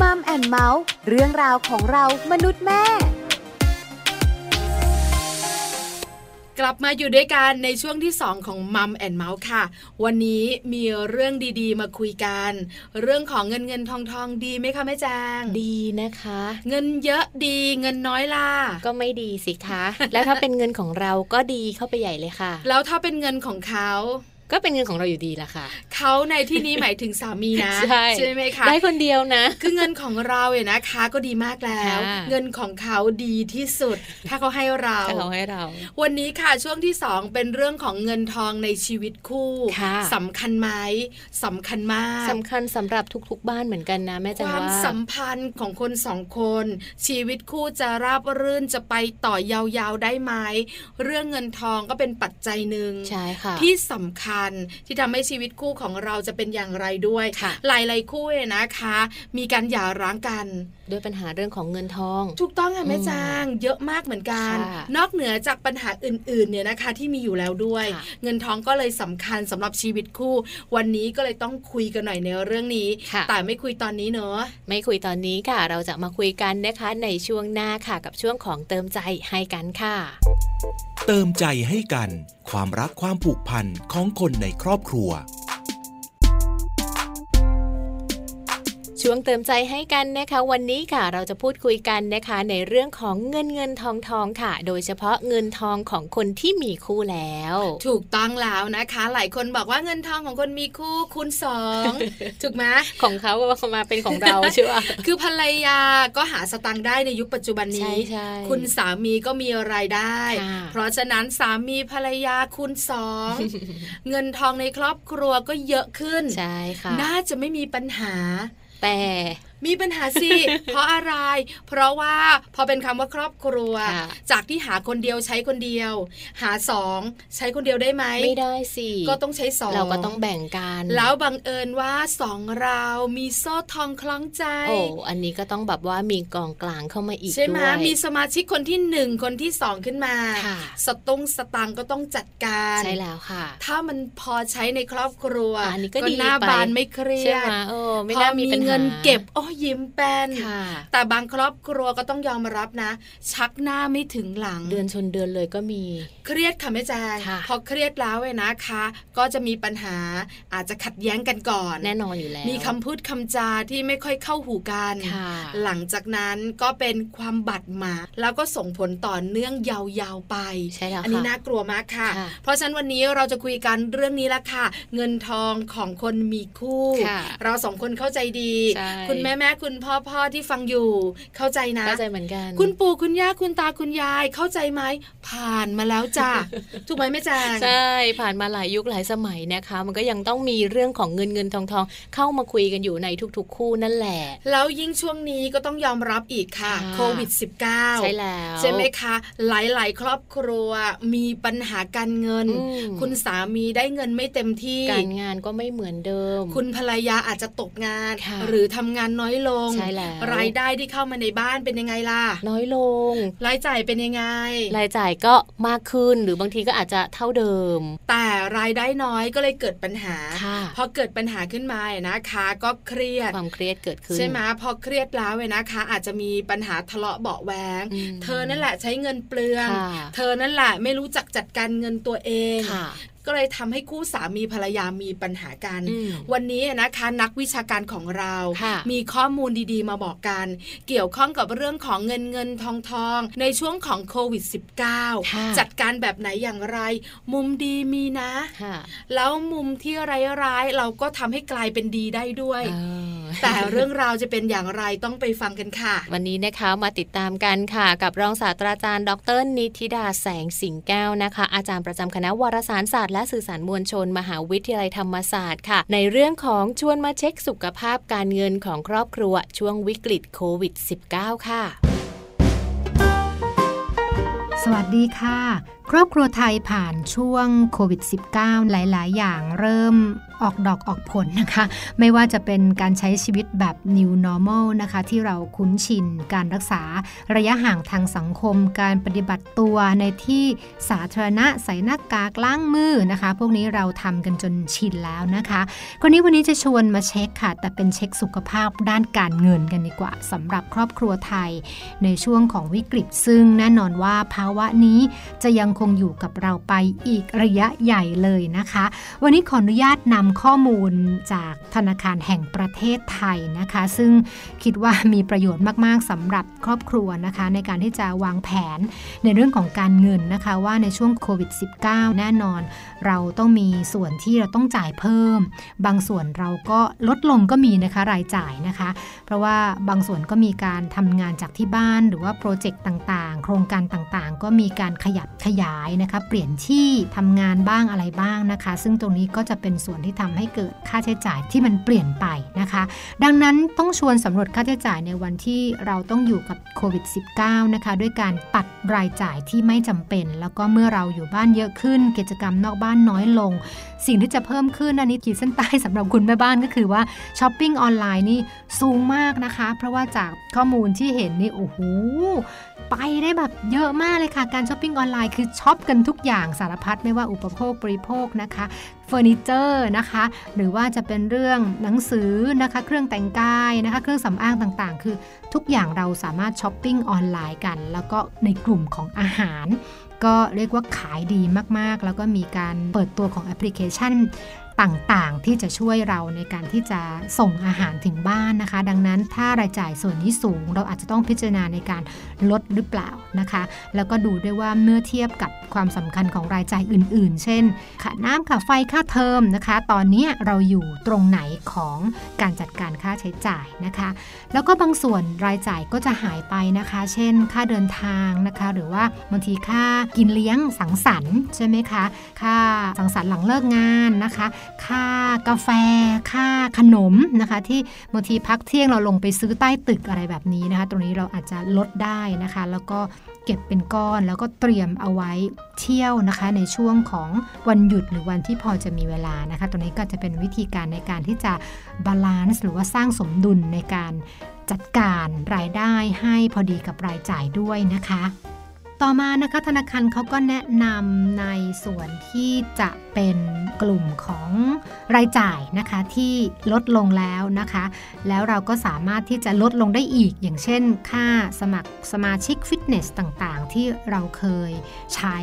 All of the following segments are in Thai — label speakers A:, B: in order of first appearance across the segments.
A: มัมแอนเมาส์เรื่องราวของเรามนุษย์แม่
B: กลับมาอยู่ด้วยกันในช่วงที่ 2 ของมัมแอนเมาส์ค่ะ วันนี้มีเรื่องดีๆ มาคุยกัน เรื่องของเงินเงินทองทองดีไหมคะแม่แจง
C: ดีนะคะ
B: เงินเยอะดีเงินน้อยล่ะ
C: ก็ไม่ดีสิคะ แล้วถ้าเป็นเงินของเราก็ดีเข้าไปใหญ่เลยค่ะ
B: แล้วถ้าเป็นเงินของเขา
C: ก็เป็นเงินของเราอยู่ดีละค่ะ
B: เขาในที่นี้หมายถึงสามีนะ
C: ใช่
B: ไหมคะ
C: ได้คนเดียวนะ
B: คือเงินของเราเนี่ยนะคะก็ดีมากแล้ว
C: ค่ะ
B: เงินของเขาดีที่สุด ถ้าเขาให้เรา
C: ถ้าเขาให้เรา
B: วันนี้ค่ะช่วงที่สองเป็นเรื่องของเงินทองในชีวิตคู่
C: ค่ะ
B: สำคัญไหมสำคัญมาก
C: สำคัญสำหรับทุกๆ บ้านเหมือนกันนะแม่
B: ค
C: จัง
B: วาม
C: ว่า
B: สัมพันธ์ของคนสองคน ชีวิตคู่จะราบรื่นจะไปต่อยาวๆได้ไหมเรื่องเงินทองก็เป็นปัจจัยหนึ่ง
C: ใช่ค่ะ
B: ที่สำคัญที่ทำให้ชีวิตคู่ของเราจะเป็นอย่างไรด้วย
C: ค่ะ
B: หลายๆคู่เนี่ยนะคะ มีการหย่าร้างกัน
C: ด้วยปัญหาเรื่องของเงินทอง
B: ถูกต้องค่ะแม่
C: อืม
B: จางเยอะมากเหมือนกัน
C: ค่ะ
B: นอกเหนือจากปัญหาอื่นๆเนี่ยนะคะ ที่มีอยู่แล้วด้วย
C: ค่ะ
B: เงินท้องก็เลยสำคัญสำหรับชีวิตคู่ วันนี้ก็เลยต้องคุยกันหน่อยในเรื่องนี้
C: ค่ะ
B: แต่ไม่คุยตอนนี้เนอะ
C: ไม่คุยตอนนี้ค่ะ เราจะมาคุยกันนะคะในช่วงหน้าค่ะ กับช่วงของเติมใจให้กันค่ะ
D: เติมใจให้กัน ความรักความผูกพันของคนในครอบครัว
C: ช่วงเติมใจให้กันนะคะ วันนี้ค่ะเราจะพูดคุยกันนะคะ ในเรื่องของเงินเงินทองทองค่ะ โดยเฉพาะเงินทองของคนที่มีคู่แล้ว
B: ถูกต้องแล้วนะคะ หลายคนบอกว่าเงินทองของคนมีคู่คูณส องถูกไหม
C: ของเขาก็มาเป็นของเรา ใช่ปะ
B: คือภรรยาก็หาสตังค์ได้ในยุคปัจจุบัน
C: ใช่
B: นี้
C: ใช่
B: คุณสามีก็มีรายได้
C: ค่ะ
B: เพราะฉะนั้นสามีภรรยาคูณส องเงินทองในครอบครัวก็เยอะขึ้น
C: ใช่ค่ะ
B: น่าจะไม่มีปัญหา
C: แต่
B: มีปัญหาสิ เพราะอะไร เพราะว่าพอเป็นคำว่าครอบครัว
C: ค่ะ
B: จากที่หาคนเดียวใช้คนเดียว หาสองใช้คนเดียวได้ไหม
C: ไม่ได้สิ
B: ก็ต้องใช้สอง
C: เราก็ต้องแบ่งกัน
B: แล้วบังเอิญว่าสองเรามีโซ่ทองคล้องใจ
C: โอ้อันนี้ก็ต้องแบบว่ามีกองกลางเข้ามาอีก
B: ใช่ไหม
C: ด้วย
B: มีสมาชิกคนที่หนึ่งคนที่สองขึ้นมา
C: ค่ะ
B: สตงสตังค์ก็ต้องจัดการ
C: ใช่แล้วค่ะ
B: ถ้ามันพอใช้ในครอบครัว
C: อันนี้ก็ดี
B: หน้า
C: ไป
B: บานไม่เครี
C: ใช่
B: ย
C: ไห
B: ด
C: มโอ้ไม่
B: พอ
C: น่ามี
B: มี
C: ปัญหา
B: เงินเก็บโอ้ยิ้มแป้น
C: ค่ะ
B: แต่บางครอบครัวก็ต้องยอมรับนะ ชักหน้าไม่ถึงหลัง
C: เดือนชนเดือนเลยก็มี
B: เครียดค่ะแม่แจง
C: ค่ะ
B: พอเครียดแล้วเว้ยนะคะ ก็จะมีปัญหาอาจจะขัดแย้งกันก่อน
C: แน่นอนอยู่แล้ว
B: มีคำพูดคำจาที่ไม่ค่อยเข้าหูกัน
C: ค่ะ
B: หลังจากนั้นก็เป็นความบาดหมางแล้วก็ส่งผลต่อเนื่องยาวๆไป
C: ใช่แล้วค่ะ
B: อันี้น่ากลัวมากค่ะ
C: ค่ะ
B: เพราะฉะนั้นวันนี้เราจะคุยกันเรื่องนี้ละค่ะ เงินทองของคนมีคู่
C: ค่ะ
B: เราสองคนเข้าใจดี
C: ใช่
B: คุณแม่แม่คุณพ่อพ่อที่ฟังอยู่ เข้าใจนะ
C: เข้าใจเหมือนกัน
B: คุณปู่คุณย่าคุณตาคุณยายเข้าใจไหมผ่านมาแล้วจ้ะ ถูกไหมแม่แจาง
C: ใช่ผ่านมาหลายยุคหลายสมัยนะคะ มันก็ยังต้องมีเรื่องของเงินเงินทองทองเข้ามาคุยกันอยู่ในทุกๆ คู่นั่นแหละ
B: แล้วยิ่งช่วงนี้ก็ต้องยอมรับอีกค่ะ
C: ค่ะ
B: โควิด -19
C: ใช่แล้ว
B: ใช่ไหมคะ หลายๆ ครอบครัวมีปัญหาการเงิน
C: อืม
B: คุณสามีได้เงินไม่เต็มที่
C: การงานก็ไม่เหมือนเดิม
B: คุณภรรยาอาจจะตกงาน
C: ค่ะ
B: หรือทำงานน้อยลง
C: ใช่แล้ว
B: รายได้ที่เข้ามาในบ้านเป็นยังไงล่ะ
C: น้อยลง
B: รายจ่ายเป็นยังไง
C: รายจ่ายก็มากขึ้นหรือบางทีก็อาจจะเท่าเดิม
B: แต่รายได้น้อยก็เลยเกิดปัญหา
C: ค่ะ
B: พอเกิดปัญหาขึ้นมาเนี่ยนะคะ ก็เครียด
C: ความเครียดเกิดขึ้น
B: ใช่ไหมพอเครียดแล้วเนี่ยนะคะ อาจจะมีปัญหาทะเลาะเบาะแวง
C: อืม
B: เธอนั่นแหละใช้เงินเปลือง
C: ค่ะ
B: เธอนั่นแหละไม่รู้จักจัดการเงินตัวเอง
C: ค่ะ
B: ก็เลยทำให้คู่สามีภรรยามีปัญหากัน
C: อืม
B: วันนี้นะคะนักวิชาการของเรา
C: ค่ะ
B: มีข้อมูลดีๆ มาบอกกัน เกี่ยวข้องกับเรื่องของเงินเงินทองทองในช่วงของโควิด
C: ค่ะ
B: -19 จัดการแบบไหนอย่างไร มุมดีมีนะ
C: ค่ะ
B: แล้วมุมที่ร้ายๆ เราก็ทำให้กลายเป็นดีได้ด้วย
C: เออ
B: แต่เรื่องราวจะเป็นอย่างไรต้องไปฟังกันค่ะ
C: วันนี้นะคะมาติดตามกันค่ะ กับรองศาสตราจารย์ ดรนิติดาแสงสิงแก้วนะคะ อาจารย์ประจำคณะวารสารศาสตร์และสื่อสารมวลชน มหาวิทยาลัยธรรมศาสตร์ค่ะ ในเรื่องของชวนมาเช็คสุขภาพการเงินของครอบครัว ช่วงวิกฤตโควิด -19 ค่ะ
E: สวัสดีค่ะ ครอบครัวไทยผ่านช่วงโควิด -19 หลาย ๆ อย่างเริ่มออกดอกออกผลนะคะ ไม่ว่าจะเป็นการใช้ชีวิตแบบ new normal นะคะ ที่เราคุ้นชิน การรักษาระยะห่างทางสังคม การปฏิบัติตัวในที่สาธารณะใส่หน้ากากล้างมือนะคะ พวกนี้เราทำกันจนชินแล้วนะคะ คนนี้วันนี้จะชวนมาเช็คค่ะ แต่เป็นเช็คสุขภาพด้านการเงินกันดีกว่าสำหรับครอบครัวไทย ในช่วงของวิกฤตซึ่งแน่นอนว่าภาวะนี้จะยังคงอยู่กับเราไปอีกระยะใหญ่เลยนะคะ วันนี้ขออนุญาตนำข้อมูลจากธนาคารแห่งประเทศไทยนะคะ ซึ่งคิดว่ามีประโยชน์มาก ๆสำหรับครอบครัวนะคะ ในการที่จะวางแผนในเรื่องของการเงินนะคะ ว่าในช่วงโควิด -19 แน่นอน เราต้องมีส่วนที่เราต้องจ่ายเพิ่ม บางส่วนเราก็ลดลงก็มีนะคะรายจ่ายนะคะ เพราะว่าบางส่วนก็มีการทำงานจากที่บ้านหรือว่าโปรเจกต์ต่างๆ โครงการต่างๆ ก็มีการขยับขยายนะคะ เปลี่ยนที่ทำงานบ้างอะไรบ้างนะคะ ซึ่งตรงนี้ก็จะเป็นส่วนที่ทำให้เกิดค่าใช้จ่ายที่มันเปลี่ยนไปนะคะ ดังนั้นต้องชวนสำรวจค่าใช้จ่ายในวันที่เราต้องอยู่กับโควิด -19 นะคะ ด้วยการตัดรายจ่ายที่ไม่จำเป็น แล้วก็เมื่อเราอยู่บ้านเยอะขึ้น กิจกรรมนอกบ้านน้อยลง สิ่งที่จะเพิ่มขึ้นอันนี้ขีดเส้นใต้สำหรับคุณแม่บ้านก็คือว่าช้อปปิ้งออนไลน์นี่สูงมากนะคะ เพราะว่าจากข้อมูลที่เห็นนี่โอ้โหไปได้แบบเยอะมากเลยค่ะ การช้อปปิ้งออนไลน์คือช็อปกันทุกอย่างสารพัดไม่ว่าอุปโภคบริโภคนะคะเฟอร์นิเจอร์นะคะ หรือว่าจะเป็นเรื่องหนังสือนะคะ เครื่องแต่งกายนะคะ เครื่องสำอางต่างๆ คือทุกอย่างเราสามารถช้อปปิ้งออนไลน์กัน แล้วก็ในกลุ่มของอาหาร ก็เรียกว่าขายดีมากๆ แล้วก็มีการเปิดตัวของแอปพลิเคชันต่างๆ ที่จะช่วยเราในการที่จะส่งอาหารถึงบ้านนะคะ ดังนั้นถ้ารายจ่ายส่วนนี้สูง เราอาจจะต้องพิจารณาในการลดหรือเปล่านะคะ แล้วก็ดูด้วยว่าเมื่อเทียบกับความสำคัญของรายจ่ายอื่น ๆ เช่น ค่าน้ำค่าไฟค่าเทอมนะคะ ตอนนี้เราอยู่ตรงไหนของการจัดการค่าใช้จ่ายนะคะ แล้วก็บางส่วนรายจ่ายก็จะหายไปนะคะ เช่น ค่าเดินทางนะคะ หรือว่าบางทีค่ากินเลี้ยงสังสรรค์ใช่ไหมคะ ค่าสังสรรค์หลังเลิกงานนะคะ ค่ากาแฟ ค่าขนมนะคะ ที่บางทีพักเที่ยงเราลงไปซื้อใต้ตึกอะไรแบบนี้นะคะ ตรงนี้เราอาจจะลดได้นะคะ แล้วก็เก็บเป็นก้อนแล้วก็เตรียมเอาไว้เที่ยวนะคะ ในช่วงของวันหยุดหรือวันที่พอจะมีเวลานะคะ ตรงนี้ก็จะเป็นวิธีการในการที่จะบาลานซ์หรือว่าสร้างสมดุลในการ จัดการรายได้ให้พอดีกับรายจ่ายด้วยนะคะ ต่อมานะคะธนาคารเขาก็แนะนำในส่วนที่จะเป็นกลุ่มของรายจ่ายนะคะที่ลดลงแล้วนะคะ แล้วเราก็สามารถที่จะลดลงได้อีก อย่างเช่น ค่าสมัครสมาชิกฟิตเนสต่างๆ ที่เราเคยใช้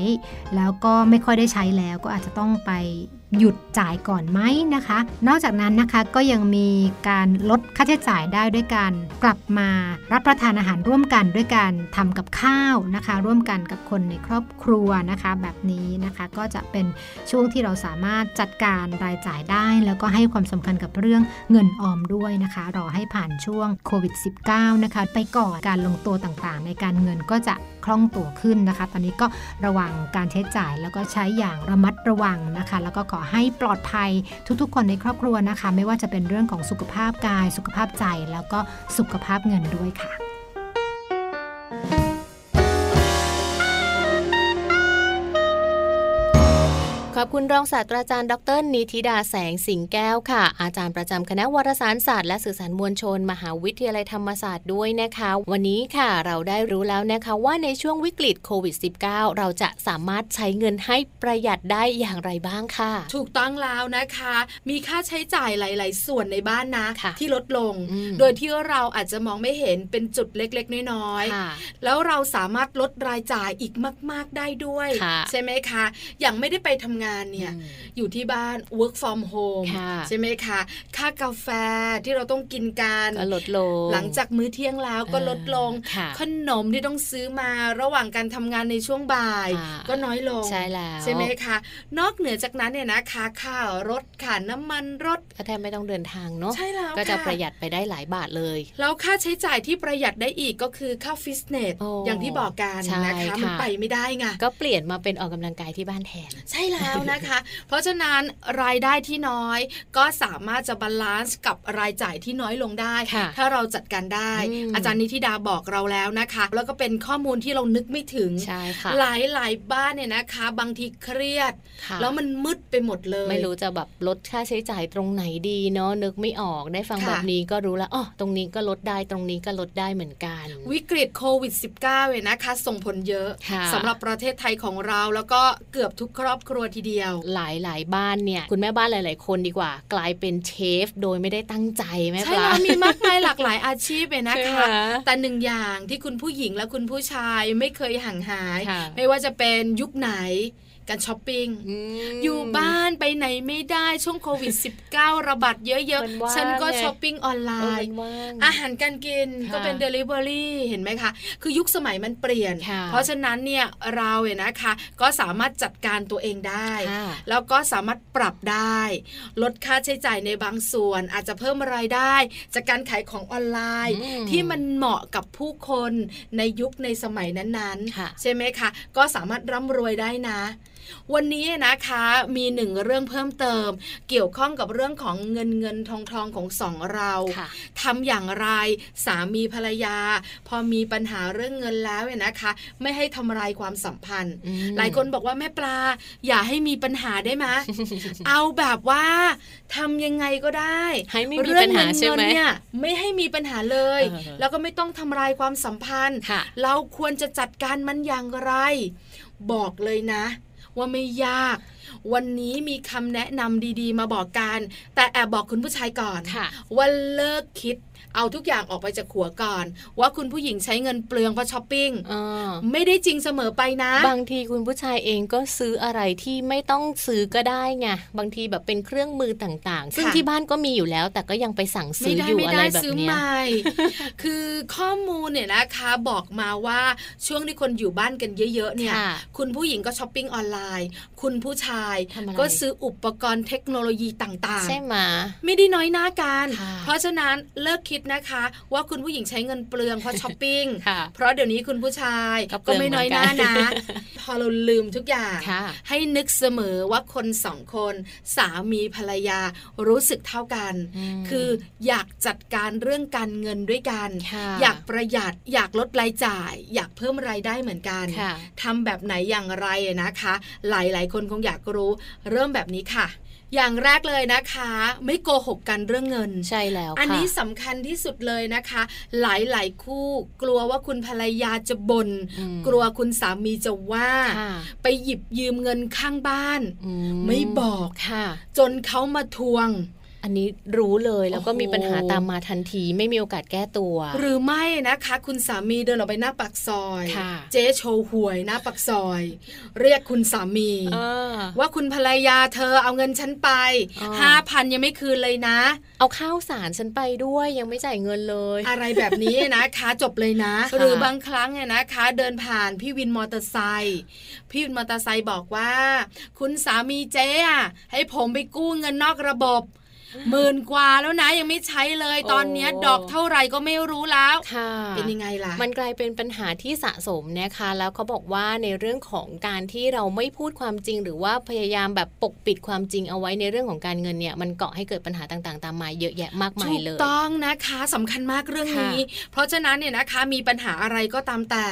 E: แล้วก็ไม่ค่อยได้ใช้แล้วก็อาจจะต้องไปหยุดจ่ายก่อนไหมนะคะ นอกจากนั้นนะคะก็ยังมีการลดค่าใช้จ่ายได้ด้วยการกลับมารับประทานอาหารร่วมกันด้วยการทำกับข้าวนะคะ ร่วมกันกับคนในครอบครัวนะคะ แบบนี้นะคะก็จะเป็นช่วงที่เราสามารถจัดการรายจ่ายได้ แล้วก็ให้ความสำคัญกับเรื่องเงินออมด้วยนะคะ รอให้ผ่านช่วงโควิด -19 นะคะ ไปก่อนการลงตัวต่างๆ ในการเงินก็จะคล่องตัวขึ้นนะคะ ตอนนี้ก็ระวังการใช้จ่ายแล้วก็ใช้อย่างระมัดระวังนะคะ แล้วก็ขอให้ปลอดภัยทุกๆ คนในครอบครัวนะคะ ไม่ว่าจะเป็นเรื่องของสุขภาพกาย สุขภาพใจ แล้วก็สุขภาพเงินด้วยค่ะ
C: ขอบคุณรองศาสตราจารย์ดรนิติดาแสงสิงแก้วค่ะ อาจารย์ประจำคณะวารสารศาสตร์และสื่อสารมวลชน มหาวิทยาลัยธรรมศาสตร์ด้วยนะคะ วันนี้ค่ะเราได้รู้แล้วนะคะว่าในช่วงวิกฤตโควิด -19 เราจะสามารถใช้เงินให้ประหยัดได้อย่างไรบ้างค่ะ
B: ถูกต้องแล้วนะคะ มีค่าใช้จ่ายหลาย ๆ ส่วนในบ้านนะ
C: ค่ะ
B: ที่ลดลง
C: อืม
B: โดยที่เราอาจจะมองไม่เห็นเป็นจุดเล็ก ๆ น้อยๆ
C: ค่ะ
B: แล้วเราสามารถลดรายจ่ายอีกมาก ๆ ได้ด้วย
C: ค่ะ
B: ใช่ไหมคะ อย่างไม่ได้ไปทำงานเนี่ย
C: อืม
B: อยู่ที่บ้าน work from home
C: ค่ะ
B: ใช่ไหมคะ ค่ากาแฟที่เราต้องกินกัน
C: ก็ลดลง
B: หลังจากมื้อเที่ยงแล้วก็ลดลง
C: ค่ะ
B: ขนมที่ต้องซื้อมาระหว่างการทำงานในช่วงบ่าย
C: ค่ะ
B: ก็น้อยลง
C: ใช่แล้ว
B: ใช่ไหมคะ นอกเหนือจากนั้นเนี่ยนะคะค่ารถค่าน้ำมันรถ
C: ก็แทบไม่ต้องเดินทางเนาะ
B: ใช่แล้ว
C: ก็จะ
B: ค่
C: ประหยัดไปได้หลายบาทเลย
B: แล้วค่าใช้จ่ายที่ประหยัดได้อีกก็คือค่าฟิตเนส
C: โอ้
B: อย่างที่บอกกัน
C: ใช่
B: นะคะ
C: ค่ะ
B: มันไปไม่ได้ไง
C: ก็เปลี่ยนมาเป็นออกกำลังกายที่บ้านแทน
B: ใช่แล้วนะ นะคะ เพราะฉะนั้นรายได้ที่น้อยก็สามารถจะบาลานซ์กับรายจ่ายที่น้อยลงได้
C: ค่ะ
B: ถ้าเราจัดการได้
C: อืม
B: อาจารย์นิธิดาบอกเราแล้วนะคะ แล้วก็เป็นข้อมูลที่เรานึกไม่ถึง
C: ใช่ค่ะ
B: หลายหลายๆบ้านเนี่ยนะคะ บางทีเครียด
C: ค่ะ
B: แล้วมันมืดไปหมดเลย
C: ไม่รู้จะแบบลดค่าใช้จ่ายตรงไหนดีเนาะนึกไม่ออกได้ฟัง
B: ค่ะ
C: แบบนี้ก็รู้แล้วอ๋อตรงนี้ก็ลดได้ตรงนี้ก็ลดได้เหมือนกัน
B: วิกฤตโควิด -19 เนี่ยนะคะ ส่งผลเยอะ
C: ค่ะ
B: สำหรับประเทศไทยของเราแล้วก็เกือบทุกครอบครัวทีเดียว
C: หลายหลายๆบ้านเนี่ย คุณแม่บ้านหลาย ๆ คนดีกว่า กลายเป็นเชฟโดยไม่ได้ตั้งใจแม่
B: ใช่
C: ปลา
B: แล้วมีมากมายหลากหลายอาชีพเลยนะ
C: ใช่
B: คะ
C: ไหม
B: แต่หนึ่งอย่างที่คุณผู้หญิงและคุณผู้ชายไม่เคยห่างหาย
C: ค่ะ
B: ไม่ว่าจะเป็นยุคไหนการช้อปปิ้ง
C: อืม
B: อยู่บ้านไปไหนไม่ได้ช่วงโควิด -19 ระบาดเยอะ
C: มันว่า
B: ๆ
C: ง
B: ฉันก็
C: ไง
B: ช้อปปิ้งออนไล
C: เออมั
B: น์
C: นว่าง
B: อาหารการกิน
C: ค่ะ
B: ก็เป็น Delivery เห็นไหมคะ คือยุคสมัยมันเปลี่ยน
C: ค่ะ
B: เพราะฉะนั้นเนี่ยเราเนี่ยนะคะ ก็สามารถจัดการตัวเองได้
C: ค่ะ
B: แล้วก็สามารถปรับได้ ลดค่าใช้จ่ายในบางส่วน อาจจะเพิ่มรายได้ จากการขายของออนไลน์
C: อืม
B: ที่มันเหมาะกับผู้คนในยุคในสมัยนั้น
C: ค่ะ
B: ๆ ใช่ไหมคะ ก็สามารถร่ำรวยได้นะ วันนี้นะคะมีหนึ่งเรื่องเพิ่มเติม เกี่ยวข้องกับเรื่องของเงินเงินทองทองของสองเรา
C: ค่ะ
B: ทำอย่างไรสามีภรรยา พอมีปัญหาเรื่องเงินแล้วเนี่ยนะคะ ไม่ให้ทำลายความสัมพันธ์
C: อืม
B: หลายคนบอกว่าแม่ปลา อย่าให้มีปัญหาได้ไหม เอาแบบว่าทำยังไงก็ได้
C: ให้ไม่มี
B: เรื่
C: ปัญหา
B: เงิน
C: ใช่ไหม
B: เงินเนี่ยไม่ให้มีปัญหาเลย
C: เออ
B: แล้วก็ไม่ต้องทำลายความสัมพันธ์
C: ค่ะ
B: เราควรจะจัดการมันอย่างไร บอกเลยนะ ว่าไม่ยาก วันนี้มีคำแนะนำดีๆ มาบอกกัน แต่แอบบอกคุณผู้ชายก่อน
C: ค่ะ
B: ว่าเลิกคิด เอาทุกอย่างออกไปจากหัวก่อน ว่าคุณผู้หญิงใช้เงินเปลืองเพราะช้อปปิ้ง
C: เออ
B: ไม่ได้จริงเสมอไปนะ
C: บางทีคุณผู้ชายเองก็ซื้ออะไรที่ไม่ต้องซื้อก็ได้ไงบางทีแบบเป็นเครื่องมือต่าง ๆ ซึ่ง
B: ค่ะ
C: ที่บ้านก็มีอยู่แล้ว แต่ก็ยังไปสั่ง
B: ไม่
C: ซื้อ
B: ได้
C: อยู่
B: ไม่
C: อะไร
B: ได้
C: แบบ
B: ซื้อ
C: เนี้
B: ให
C: ย
B: ม่ คือข้อมูลเนี่ยนะคะบอกมาว่าช่วงที่คนอยู่บ้านกันเยอะ ๆ เนี่ย
C: ค่ะ
B: คุณผู้หญิงก็ช้อปปิ้งออนไลน์ คุณผู้ชาย
C: ทำอะไร
B: ก็ซื้ออุปกรณ์เทคโนโลยีต่าง
C: ใช่
B: ๆ
C: ไหม
B: ไม่ได้น้อยหน้ากัน
C: ค่ะ
B: เพราะฉะนั้นเลิกคิดนะคะ ว่าคุณผู้หญิงใช้เงินเปลือง เพราะช้อปปิ้ง
C: ค่ะ
B: เพราะเดี๋ยวนี้คุณผู้ชาย
C: ก็เปลื
B: ก็
C: อง
B: ไม่น้อยหน้า
C: เหมือนกั
B: นะ
C: น
B: พอเราลืมทุกอย่าง
C: ค่ะ
B: ให้นึกเสมอว่าคนสองคน สามีภรรยารู้สึกเท่ากัน
C: อืม
B: คืออยากจัดการเรื่องการเงินด้วยกัน
C: ค่ะ
B: อยากประหยัดอยากลดรายจ่าย อยากเพิ่มรายได้เหมือนกัน
C: ค่ะ
B: ทำแบบไหนอย่างไรนะคะ หลายๆ คนคงอยากรู้ เริ่มแบบนี้ค่ะ อย่างแรกเลยนะคะ ไม่โกหกกันเรื่องเงิน
C: ใช่แล้วค่ะ
B: อันนี้สำคัญที่สุดเลยนะคะ หลายๆ คู่กลัวว่าคุณภรรยาจะบน่น
C: อืม
B: กลัวคุณสามีจะว่า
C: ค่ะ
B: ไปหยิบยืมเงินข้างบ้าน
C: อื
B: ไม่บอก
C: ค่ะ
B: จนเขามาทวง
C: อันนี้รู้เลยแล้วก็
B: โอ้โห
C: มีปัญหาตามมาทันที ไม่มีโอกาสแก้ตัว
B: หรือไม่นะคะ คุณสามีเดินออกไปหน้าปากซอย
C: ค่ะ
B: เจ๊โชว์หวยหน้าปากซอย เรียกคุณสามี
C: เออ
B: ว่าคุณภรรยาเธอเอาเงินฉันไป
C: อ๋อ
B: ห้าพันยังไม่คืนเลยนะ
C: เอาข้าวสารฉันไปด้วยยังไม่จ่ายเงินเลย
B: อะไรแบบนี้นะคะจบเลยนะ
C: ค่ะ
B: หรือบางครั้งเนี่ยนะคะ เดินผ่านพี่วินมอเตอร์ไซค์พี่วินมอเตอร์ไซค์บอกว่า คุณสามีเจ๊อะให้ผมไปกู้เงินนอกระบบหมื่นกว่าแล้วนะยังไม่ใช้เลยตอนเนี้ยดอกเท่าไหร่ก็ไม่รู้แล้ว
C: ค่ะ
B: เป็นยังไงล่ะ
C: มันกลายเป็นปัญหาที่สะสมนะคะ แล้วเขาบอกว่าในเรื่องของการที่เราไม่พูดความจริง หรือว่าพยายามแบบปกปิดความจริงเอาไว้ในเรื่องของการเงินเนี่ย มันเกาะให้เกิดปัญหาต่างๆ ตามมาเยอะแยะมากมาย
B: ถูก
C: เลย
B: ต้องนะคะสำคัญมากเรื่องนี้ เพราะฉะนั้นเนี่ยนะคะมีปัญหาอะไรก็ตามแต่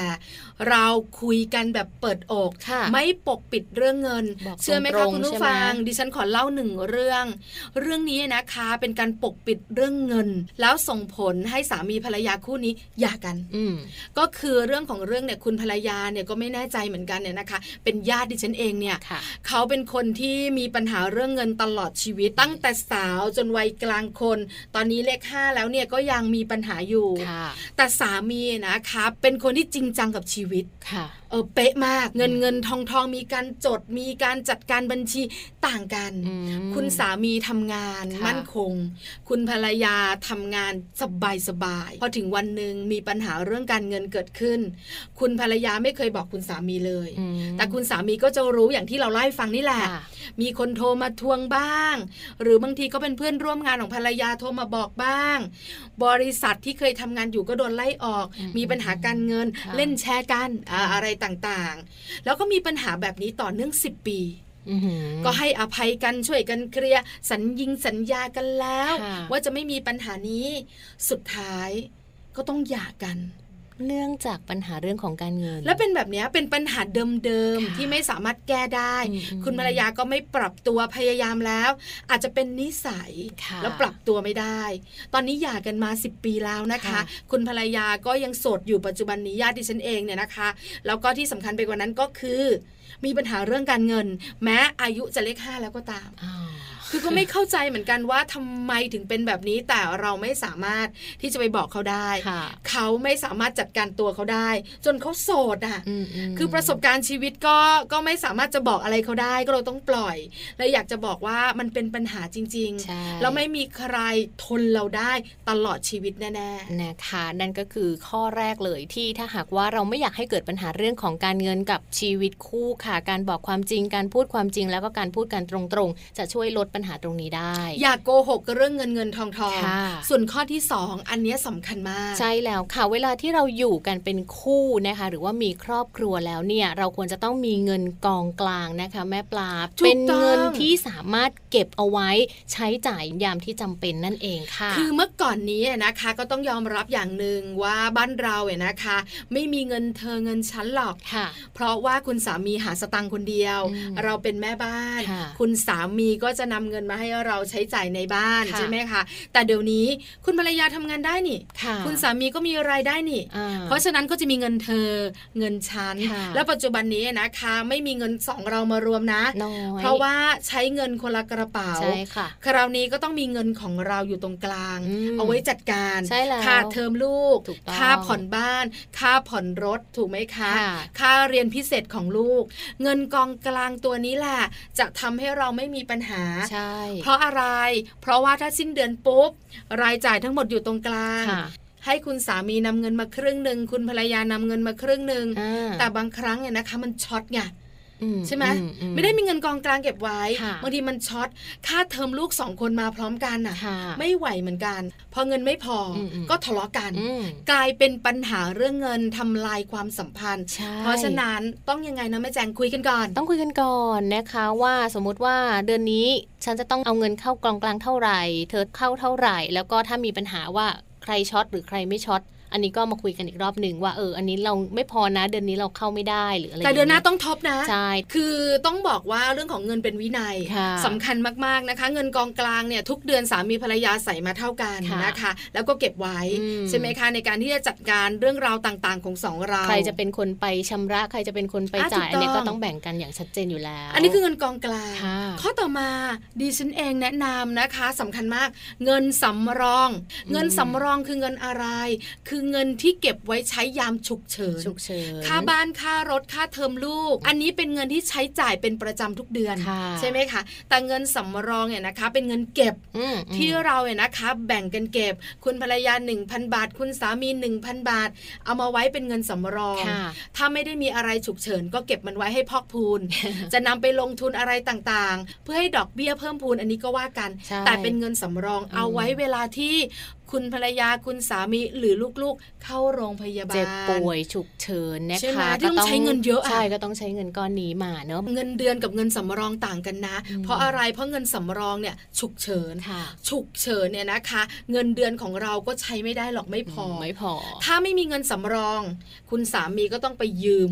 B: เราคุยกันแบบเปิดอก
C: ค่ะ
B: ไม่ปกปิดเรื่องเงิน
C: บอก
B: เชื่อไหม
C: ต
B: คะ
C: รงๆ
B: คุณผู้
C: ใช่ไหม
B: ฟัง ดิฉันขอเล่าหนึ่งเรื่อง เรื่องนี้นะคะเป็นการปกปิดเรื่องเงิน แล้วส่งผลให้สามีภรรยาคู่นี้หย่ากัน
C: อืม
B: ก็คือเรื่องของเรื่องเนี่ยคุณภรรยาเนี่ยก็ไม่แน่ใจเหมือนกันเนี่ยนะคะ เป็นญาติดิฉันเองเนี่ย
C: ค่ะ
B: เขาเป็นคนที่มีปัญหาเรื่องเงินตลอดชีวิตตั้งแต่สาวจนวัยกลางคน ตอนนี้เลขห้าแล้วเนี่ยก็ยังมีปัญหาอยู่
C: ค่ะ
B: แต่สามีนะคะเป็นคนที่จริงจังกับชีวิต
C: ค่ะ
B: เออเป๊ะมาก เงินเงินทองทองมีการจดมีการจัดการบัญชีต่างกัน
C: อืม
B: คุณสามีทำงาน
C: ค่ะ
B: มั่นคง คุณภรรยาทำงานสบายสบายๆพอถึงวันหนึ่งมีปัญหาเรื่องการเงินเกิดขึ้น คุณภรรยาไม่เคยบอกคุณสามีเลย
C: อืม
B: แต่คุณสามีก็จะรู้อย่างที่เราเล่าให้ฟังนี่แหละ
C: ค่ะ
B: มีคนโทรมาทวงบ้าง หรือบางทีก็เป็นเพื่อนร่วมงานของภรรยาโทรมาบอกบ้าง บริษัทที่เคยทำงานอยู่ก็โดนไล่ออก
C: อืม
B: มีปัญหาการเงิน
C: ค่ะ
B: เล่นแชร์กันอ่าอะไรต่างๆ แล้วก็มีปัญหาแบบนี้ต่อเนื่อง 10 ปี
C: อื้อหือ
B: ก็ให้อภัยกันช่วยกันเคลียร์สัญญิงสัญญากันแล้ว
C: ค่ะ
B: ว่าจะไม่มีปัญหานี้สุดท้ายก็ต้องหย่ากัน
C: เนื่องจากปัญหาเรื่องของการเงิน
B: และเป็นแบบเนี้ยเป็นปัญหาเดิม
C: ค่ะ
B: ๆที่ไม่สามารถแก้ได้
C: อืม
B: คุณมารยาก็ไม่ปรับตัวพยายามแล้ว อาจจะเป็นนิสัย
C: ค่ะ
B: แล้วปรับตัวไม่ได้ ตอนนี้หย่ากันมา 10 ปีแล้วนะคะ
C: ค่ะ
B: คุณภรรยาก็ยังโสดอยู่ปัจจุบันนี้ญาติดิฉันเองเนี่ยนะคะ แล้วก็ที่สำคัญไปกว่านั้นก็คือ มีปัญหาเรื่องการเงิน แม้อายุจะเลขห้าแล้วก็ตาม
C: อ๋อ
B: คือก็ไม่เข้าใจเหมือนกันว่าทำไมถึงเป็นแบบนี้แต่เราไม่สามารถที่จะไปบอกเขาได้
C: ค่ะ
B: เขาไม่สามารถจัดการตัวเขาได้ จนเขาโสดอ่ะ
C: อืมม
B: คือประสบการณ์ชีวิตก็ก็ไม่สามารถจะบอกอะไรเขาได้ก็เราต้องปล่อยและอยากจะบอกว่ามันเป็นปัญหาจริง
C: ใช่
B: ๆ แล้วไม่มีใครทนเราได้ตลอดชีวิตแน่
C: นะคะ นั่นก็คือข้อแรกเลยที่ถ้าหากว่าเราไม่อยากให้เกิดปัญหาเรื่องของการเงินกับชีวิตคู่ค่ะ การบอกความจริงการพูดความจริงแล้วก็การพูดกันตรงๆ จะช่วยลดปัญหาตรงนี้ได้
B: ๆ อย่ากโกหกเรื่องเงินเงินทองทอง
C: ค่ะ
B: ส่วนข้อที่ 2 อันเนี้ยสำคัญมาก
C: ใช่แล้วค่ะเวลาที่เราอยู่กันเป็นคู่นะคะ หรือว่ามีครอบครัวแล้วเนี่ยเราควรจะต้องมีเงินกองกลางนะคะ แม่ปลา
B: ถูกต้อง
C: เป็นเงินที่สามารถเก็บเอาไว้ใช้จ่ายยามที่จำเป็นนั่นเองค่ะ
B: คือเมื่อก่อนนี้อะนะคะก็ต้องยอมรับอย่างหนึ่งว่าบ้านเราเนี่ยนะคะ ไม่มีเงินเธอเงินฉันหรอก
C: ค่ะ
B: เพราะว่าคุณสามีหาสตังค์คนเดียว
C: อืม
B: เราเป็นแม่บ้าน
C: ค่ะ
B: ณสามีก็จะนำเงินมาให้เราใช้จ่ายในบ้าน
C: ค่ะ
B: ใช่ไหมคะแต่เดี๋ยวนี้คุณภรรยาทำงานได้นี่
C: ค่ะ
B: คุณสามีก็มีรายได้นี่
C: อ่า
B: เพราะฉะนั้นก็จะมีเงินเธอเงินฉัน
C: ค่ะ
B: และปัจจุบันนี้นะคะ ไม่มีเงินสองเรามารวมนะ
C: น้อย
B: เพราะว่าใช้เงินคนละกระเป๋า
C: ใช่ค่ะ
B: คราวนี้ก็ต้องมีเงินของเราอยู่ตรงกลาง
C: อืม
B: เอาไว้จัดการ
C: ใช่แล้ว
B: ค่าเทอมลูก
C: ถูกต้อง
B: ค่าผ่อนบ้าน ค่าผ่อนรถถูกไหมคะ
C: ค่ะ
B: ค่าเรียนพิเศษของลูก เงินกองกลางตัวนี้แหละจะทำให้เราไม่มีปัญหา
C: ใช่
B: เพราะอะไร เพราะว่าถ้าสิ้นเดือนปุ๊บ รายจ่ายทั้งหมดอยู่ตรงกลาง
C: ค่ะ
B: ให้คุณสามีนำเงินมาครึ่งหนึ่งคุณภรรยานำเงินมาครึ่งหนึ่ง
C: อ่า
B: แต่บางครั้งเนี่ยนะคะมันช็อตไง
C: อื
B: ใช่ไหม
C: อือื
B: ไม่ได้มีเงินกองกลางเก็บไว้
C: ค่ะ
B: บางทีมันช็อตค่าเทอมลูกสองคนมาพร้อมกันน่ะ
C: ค่ะ
B: ไม่ไหวเหมือนกัน พอเงินไม่พออ
C: มอืม
B: ก็ทะเลาะกัน
C: อืม
B: กลายเป็นปัญหาเรื่องเงินทำลายความสัมพันธ์
C: ใช่
B: เพราะฉะนั้นต้องยังไงนะแม่แจงคุยกันก่อน
C: ต้องคุยกันก่อนนะคะว่าสมมุติว่าเดือนนี้ฉันจะต้องเอาเงินเข้ากองกลางเท่าไหร่ เธอเข้าเท่าไหร่ แล้วก็ถ้ามีปัญหาว่าใครช็อตหรือใครไม่ช็อตอันนี้ก็มาคุยกันอีกรอบหนึ่งว่าเอออันนี้เราไม่พอนะ เดือนนี้เราเข้าไม่ได้หรืออะไร
B: แต่เดือนหน้าต้องทบนะ
C: ใช่
B: คือต้องบอกว่าเรื่องของเงินเป็นวินัย
C: ค่ะ
B: สำคัญมากๆนะคะ เงินกองกลางเนี่ยทุกเดือนสามีภรรยาใส่มาเท่ากัน
C: ค่ะ
B: นะคะ แล้วก็เก็บไว้
C: อืม
B: ใช่ไหมคะในการที่จะจัดการเรื่องราวต่างๆ ของสองเรา
C: ใครจะเป็นคนไปชำระ ใครจะเป็นคนไป
B: อ่ะ
C: จ่าย
B: ถูกต้อง
C: อันนี้ก็ต้องแบ่งกันอย่างชัดเจนอยู่แล้ว
B: อันนี้คือเงินกองกลาง
C: ค่ะ
B: ข้อต่อมาดิฉันเองแนะนำนะคะสำคัญมาก เงินสำรอง เงินสำรองคือเงินอะไร คือเงินที่เก็บไว้ใช้ยามฉุกเฉิน
C: ฉุกเฉิน
B: ค่าบ้านค่ารถค่าเทอมลูก อันนี้เป็นเงินที่ใช้จ่ายเป็นประจำทุกเดือน
C: ค่ะ
B: ใช่ไหมคะ แต่เงินสำรองเนี่ยนะคะ เป็นเงินเก็บ
C: อืม
B: ที่เราเนี่ยนะคะ แบ่งกันเก็บ คุณภรรยา 1,000 บาท คุณสามี 1,000 บาท เอามาไว้เป็นเงินสำรอง
C: ค่ะ
B: ถ้าไม่ได้มีอะไรฉุกเฉิน ก็เก็บมันไว้ให้พอกพูน จะนำไปลงทุนอะไรต่างๆ เพื่อให้ดอกเบี้ยเพิ่มพูนอันนี้ก็ว่ากัน
C: ใช่
B: แต่เป็นเงินสำรอง
C: อืม
B: เอาไว้เวลาที่คุณภรรยาคุณสามีหรือลูกๆ เข้าโรงพยาบาล
C: เจ็บป่วยฉุกเฉินนะ
B: ใช่ไหม
C: คะ
B: ที่ต้องใช้เงินเยอะอะ
C: ใช่ก็ต้องใช้เงินก้อนนี้มาเนอะ
B: เงินเดือนกับเงินสำรองต่างกันนะ
C: อืม
B: เพราะอะไรเพราะเงินสำรองเนี่ยฉุกเฉิน
C: ค่ะ
B: ฉุกเฉินเนี่ยนะคะ เงินเดือนของเราก็ใช้ไม่ได้หรอกไม่พอ
C: ไม่พอ
B: ถ้าไม่มีเงินสำรอง คุณสามีก็ต้องไปยืม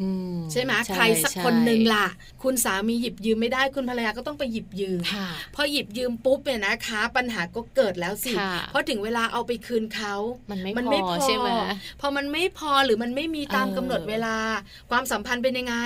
C: อื
B: ใช่ไหมใครสักคนหนึ่งล่ะ คุณสามีหยิบยืมไม่ได้คุณภรรยาก็ต้องไปหยิบยืม
C: ค่ะ
B: พอหยิบยืมปุ๊บเนี่ยนะคะ ปัญหาก็เกิดแล้วสิ
C: ค่ะ
B: เพราะถึงเวลาเอาไปคืนเขา
C: มันไม่
B: มัน
C: พ
B: ไม่
C: อ
B: พอ
C: ใช่ไหม
B: พอมันไม่พอหรือมันไม่มีตาม
C: เออ
B: กำหนดเวลา ความสัมพันธ์เป็นยังไง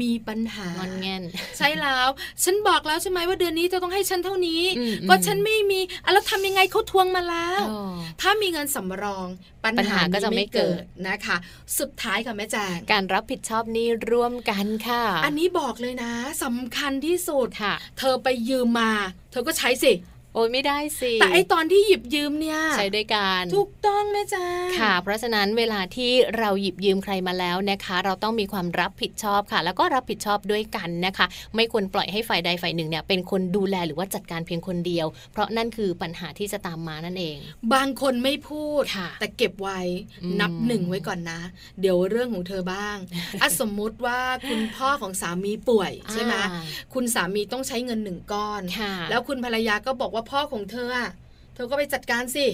B: มีปัญหาง
C: อนแงน
B: ใช่แล้ว ฉันบอกแล้วใช่ไหมว่าเดือนนี้เธอต้องให้ฉันเท่านี้
C: อืมอืม
B: ก็ฉันไม่มีอ่ะแล้วทำยังไงเขาทวงมาแล้ว
C: อ๋อ
B: ถ้ามีเงินสำรองปัญ
C: ปัญ
B: หา
C: หาก็จะไม่
B: นี้
C: เกิด
B: นะคะ สุดท้ายค่ะแม่แจง
C: การรับผิดชอบหนี่ร่วมกันค่ะ
B: อันนี้บอกเลยนะสำคัญที่สุด
C: ค่ะ
B: เธอไปยืมมา เธอก็ใช้สิ
C: โอ้ยไม่ได้สิ
B: แต่ไอตอนที่หยิบยืมเนี่ย
C: ใช้ด้วยกัน
B: ถูกต้องนะจ๊ะ
C: ค่ะ เพราะฉะนั้นเวลาที่เราหยิบยืมใครมาแล้วนะคะ เราต้องมีความรับผิดชอบค่ะ แล้วก็รับผิดชอบด้วยกันนะคะ ไม่ควรปล่อยให้ฝ่ายใดฝ่ายหนึ่งเนี่ยเป็นคนดูแลหรือว่าจัดการเพียงคนเดียว เพราะนั่นคือปัญหาที่จะตามมานั่นเอง
B: บางคนไม่พูด
C: ค่ะ
B: แต่เก็บไว้
C: อืม
B: นับหนึ่งไว้ก่อนนะ เดี๋ยวเรื่องของเธอ บ้างอะสมมุติว่าคุณพ่อของสามีป่วยใช่ไหม
C: อ่า
B: คุณสามีต้องใช้เงินหนึ่งก้อน
C: ค่ะ
B: แล้วคุณภรรยาก็บอกว่าพ่อของเธออะเธอก็ไปจัดการสิ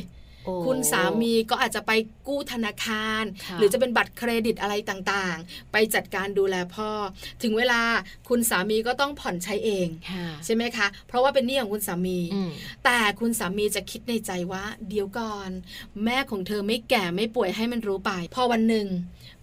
C: โอ้
B: คุณสามีก็อาจจะไปกู้ธนาคาร
C: ค่ะ
B: หรือจะเป็นบัตรเครดิตอะไรต่างๆ ไปจัดการดูแลพ่อ ถึงเวลาคุณสามีก็ต้องผ่อนใช้เอง
C: ค่ะ
B: ใช่ไหมคะ เพราะว่าเป็นหนี้ของคุณสามี
C: อืม
B: แต่คุณสามีจะคิดในใจว่า เดี๋ยวก่อน แม่ของเธอไม่แก่ไม่ป่วยให้มันรู้ไป พอวันหนึ่ง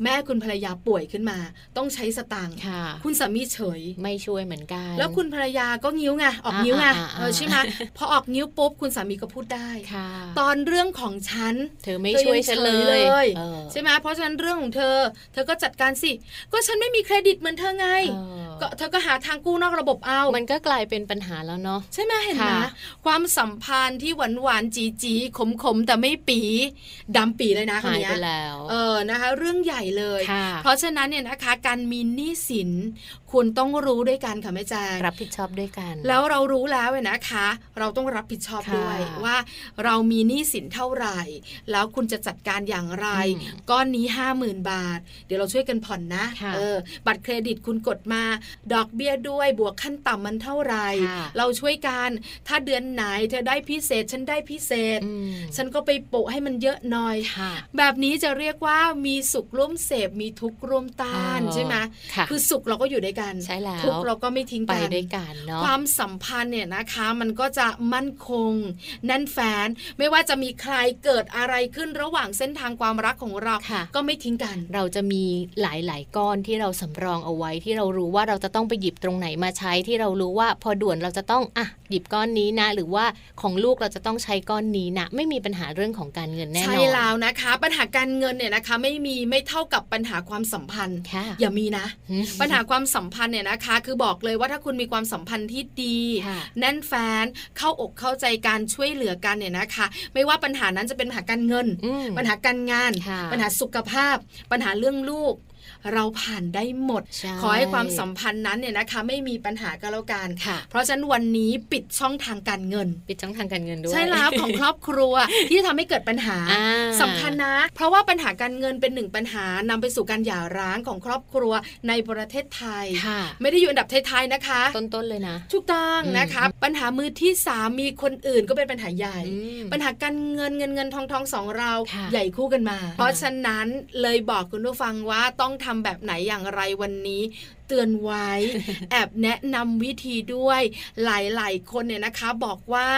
B: แม่คุณภรรยาป่วยขึ้นมา ต้องใช้สตังค์
C: ค่ะ
B: คุณสามีเฉย
C: ไม่ช่วยเหมือนกัน
B: แล้วคุณภรรยาก็งิ้วไงออก
C: อ่า
B: นิ้วไง
C: อ่าอ่า
B: เออใช่ไหมพอออกนิ้วปุ๊บคุณสามีก็พูดได้
C: ค่ะ
B: ตอนเรื่องของฉัน
C: เธอไม่
B: ธอ
C: ช่วย
B: ง
C: ฉัน
B: ฉ
C: เลย ยเออ
B: ใช่ไหมเพราะฉะนั้นเรื่องของเธอ เธอก็จัดการสิ ก็ฉันไม่มีเครดิตเหมือนเธอไง
C: เออ
B: ก็เธอก็หาทางกู้นอกระบบเอา
C: มันก็กลายเป็นปัญหาแล้วเนาะ
B: ใช่ไหมเห็นไหม
C: ค่ะ
B: ความสัมพันธ์ที่หวานหวานๆจีจีขมขมๆ แต่ไม่ปีดำปีเลยนะคน
C: หาย
B: เนี้
C: ไป
B: ย
C: แล้ว
B: เออนะคะ เรื่องใหญ่เลย
C: ค่ะ
B: เพราะฉะนั้นเนี่ยนะคะ การมีหนี้สินคุณต้องรู้ด้วยกันค่ะแม่แจง
C: รับผิดชอบด้วยกัน
B: แล้วเรารู้แล้วเนี่ยนะคะ เราต้องรับผิดชอบ
C: ค่ะ
B: ด้วยว่าเรามีหนี้สินเท่าไหร่ แล้วคุณจะจัดการอย่างไร
C: อืม
B: ก้อนนี้ 5 0,000 บาท เดี๋ยวเราช่วยกันผ่อนนะ
C: ค่ะ
B: เออบัตรเครดิตคุณกดมาดอกเบี้ยด้วยบวกขั้นต่ำมันเท่าไหร่
C: ค่ะ
B: เราช่วยกันถ้าเดือนไหนเธอได้พิเศษ ฉันได้พิเศษ
C: อืม
B: ฉันก็ไปโปะให้มันเยอะหน่อย
C: ค่ะ
B: แบบนี้จะเรียกว่ามีสุขร่วมเสพมีทุกข์ร่วมต้านใช่ไหม
C: ค่ะ
B: คือสุขเราก็อยู่ด้วยกัน
C: ใช่แล้ว
B: ทุกข์เราก็ไม่ทิ้ง
C: ไป
B: กัน
C: ด้วยกันเนาะ
B: ความสัมพันธ์เนี่ยนะคะมันก็จะมั่นคง แน่นแฟน ไม่ว่าจะมีใครเกิดอะไรขึ้นระหว่างเส้นทางความรักของเรา
C: ค่ะ
B: ก็ไม่ทิ้งกัน
C: เราจะมีหลาย ๆ ก้อนที่เราสำรองเอาไว้ที่เรารู้ว่าเราจะต้องไปหยิบตรงไหนมาใช้ที่เรารู้ว่าพอด่วนเราจะต้องอ่ะหยิบก้อนนี้นะ หรือว่าของลูกเราจะต้องใช้ก้อนนี้นะ ไม่มีปัญหาเรื่องของการเงินแน่นอน
B: ใช่แล้วนะคะ ปัญหาการเงินเนี่ยนะคะ ไม่มีไม่เท่ากับปัญหาความสัมพันธ์
C: ค่ะ
B: อย่ามีนะ
C: อืม
B: ปัญหาความสัมพันธ์เนี่ยนะคะ คือบอกเลยว่าถ้าคุณมีความสัมพันธ์ที่ดี
C: ค่ะ
B: แน่นแฟนเข้าอกเข้าใจการช่วยเหลือกันเนี่ยนะคะ ไม่ว่าปัญหานั้นจะเป็นปัญหาการเงิน
C: อืม
B: ปัญหาการงาน
C: ค่ะ
B: ปัญหาสุขภาพ ปัญหาเรื่องลูก เราผ่านได้หมด
C: ใช่
B: ขอให้ความสัมพันธ์นั้นเนี่ยนะคะ ไม่มีปัญหาก็แล้วกัน
C: ค่ะ
B: เพราะฉะนั้นวันนี้ปิดช่องทางการเงิน
C: ปิดช่องทางการเงินด้วย
B: ใช่ แล้วของครอบครัว ที่ทำให้เกิดปัญหา
C: อ่า
B: สำคัญนะ เพราะว่าปัญหาการเงินเป็นหนึ่งปัญหานำไปสู่การหย่าร้างของครอบครัวในประเทศไทย
C: ค่ะ
B: ไม่ได้อยู่อันดับท้ายๆนะคะ
C: ต้น ๆ เลยนะ
B: ถูกต้องนะคะ ปัญหามือที่สามมีคนอื่นก็เป็นปัญหาใหญ่
C: อืม
B: ปัญหาการเงินเงินเงินทองทองสองเรา
C: ค่ะ
B: ใหญ่คู่กันมา เพราะฉะนั้นเลยบอกคุณผู้ฟังว่าต้องทำแบบไหนอย่างไรวันนี้ เตือนไว้ แอบแนะนำวิธีด้วยหลายๆ คนเนี่ยนะคะ บอกว่า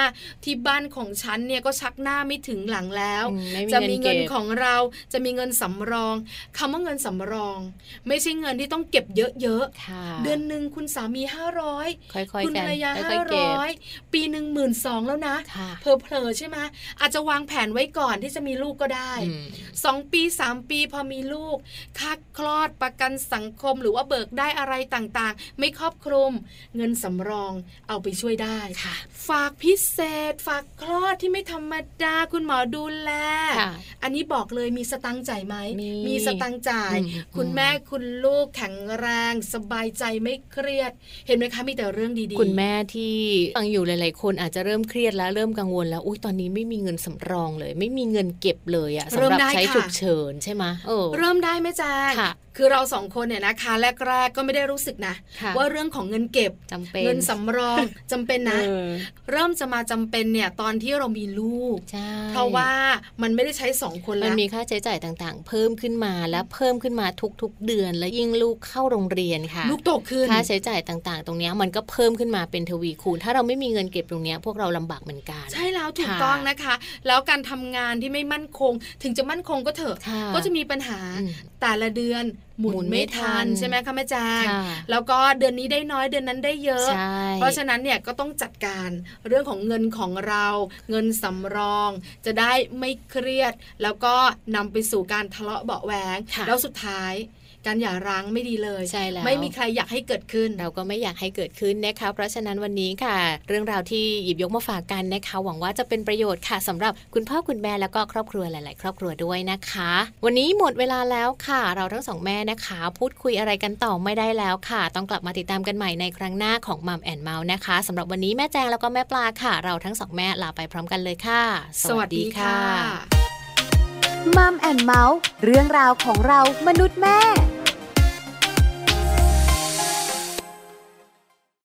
B: ที่บ้านของฉันเนี่ยก็ชักหน้าไม่ถึงหลังแล้ว
C: อืมไม่มี
B: จะมี
C: เงิ
B: เงิ
C: น
B: น
C: เก็บ
B: ของเราจะมีเงินสำรองคำว่าเงินสำรอง ไม่ใช่เงินที่ต้องเก็บเยอะๆ
C: ค่ะ
B: เดือนหนึ่งคุณสามี 500
C: ค่อย
B: คุณ
C: ๆกั
B: ภร
C: น
B: รยา
C: ค่อยๆเก็บ
B: 500 ปีหนึ่งหมื่นสองแล้วนะ
C: ค่ะ
B: เพอเพลอๆใช่ไหมอาจจะวางแผนไว้ก่อนที่จะมีลูกก็ได้
C: อืม
B: สองปีสามปีพอมีลูก ค่าคลอดประกันสังคมหรือว่าเบิกได้อะไรต่างๆ ไม่ครอบคลุม เงินสำรองเอาไปช่วยได้
C: ค่ะ
B: ฝากพิเศษ ฝากคลอดที่ไม่ธรรมดาคุณหมอดูแล
C: ค่ะ
B: อันนี้บอกเลยมีสตังค์จ่ายไหม
C: มี
B: สตังค์จ่าย
C: อืม
B: คุณ
C: อืม
B: แม่คุณลูกแข็งแรง สบายใจไม่เครียด เห็นไหมคะมีแต่เรื่องดีๆ
C: คุณแม่ที่ฟังอยู่หลาย ๆ คนอาจจะเริ่มเครียดแล้วเริ่มกังวลแล้วอุ้ยตอนนี้ไม่มีเงินสำรองเลย ไม่มีเงินเก็บเลยอะ
B: เริ่ม
C: สำหรับ
B: ได้
C: ใช้
B: ค่ะ
C: ฉุกเฉินใช่ไหมเออ
B: เริ่มได้ไหมแจ้ง
C: ค่ะ
B: คือเราสองคนเนี่ยนะคะแรก ๆ ก็ไม่ได้รู้สึกนะ
C: ค่ะ
B: ว่าเรื่องของเงินเก็บ
C: จำเป็น
B: เงินสำร องจำเป็นนะ
C: เออ
B: เริ่มจะมาจำเป็นเนี่ยตอนที่เรามีลูก
C: ใช่
B: เพราะว่ามันไม่ได้ใช้สองคน
C: มัน
B: แล้ว
C: มีค่าใช้จ่ายต่างๆ เพิ่มขึ้นมาและเพิ่มขึ้นมาทุก ๆ เดือน และยิ่งลูกเข้าโรงเรียนค่ะ
B: ลูกโตขึ้น
C: ค่าใช้จ่ายต่างๆ ตรงเนี้ยมันก็เพิ่มขึ้นมาเป็นทวีคูณ ถ้าเราไม่มีเงินเก็บตรงเนี้ยพวกเราลำบากเหมือนกัน
B: ใช่แล้วถูก
C: ค่ะ
B: ต้องนะคะ แล้วการทำงานที่ไม่มั่นคง ถึงจะมั่นคงก็เถอะ
C: ค่ะ
B: ก็จะมีปัญหา
C: อืม
B: แต่ละเดือนหมุน
C: หมุนไม่
B: ไม่
C: ทั
B: ทัน
C: น
B: ใช่ไหมคะแม่แจาง
C: ค่ะ
B: แล้วก็เดือนนี้ได้น้อยเดือนนั้นได้เยอะ
C: ใช่
B: เพราะฉะนั้นเนี่ยก็ต้องจัดการเรื่องของเงินของเรา เงินสำรอง จะได้ไม่เครียด แล้วก็นำไปสู่การทะเลาะเบาะแวงแล้วสุดท้าย การหย่าร้างไม่ดีเลย
C: ใช่แล้ว
B: ไม่มีใครอยากให้เกิดขึ้น
C: เราก็ไม่อยากให้เกิดขึ้นนะคะ เพราะฉะนั้นวันนี้ค่ะ เรื่องราวที่หยิบยกมาฝากกันนะคะ หวังว่าจะเป็นประโยชน์ค่ะสำหรับคุณพ่อคุณแม่แล้วก็ครอบครัวหลาย ๆ ครอบครัวด้วยนะคะ วันนี้หมดเวลาแล้วค่ะ เราทั้งสองแม่นะคะ พูดคุยอะไรกันต่อไม่ได้แล้วค่ะ ต้องกลับมาติดตามกันใหม่ในครั้งหน้าของมัมแอนเมาส์นะคะสำหรับวันนี้แม่แจงแล้วก็แม่ปลาค่ะ เราทั้งสองแม่ลาไปพร้อมกันเลยค่ะ
B: สวัสดีค่ะ
A: มัมแอนเมาส์เรื่องราวของเรามนุษย์แม่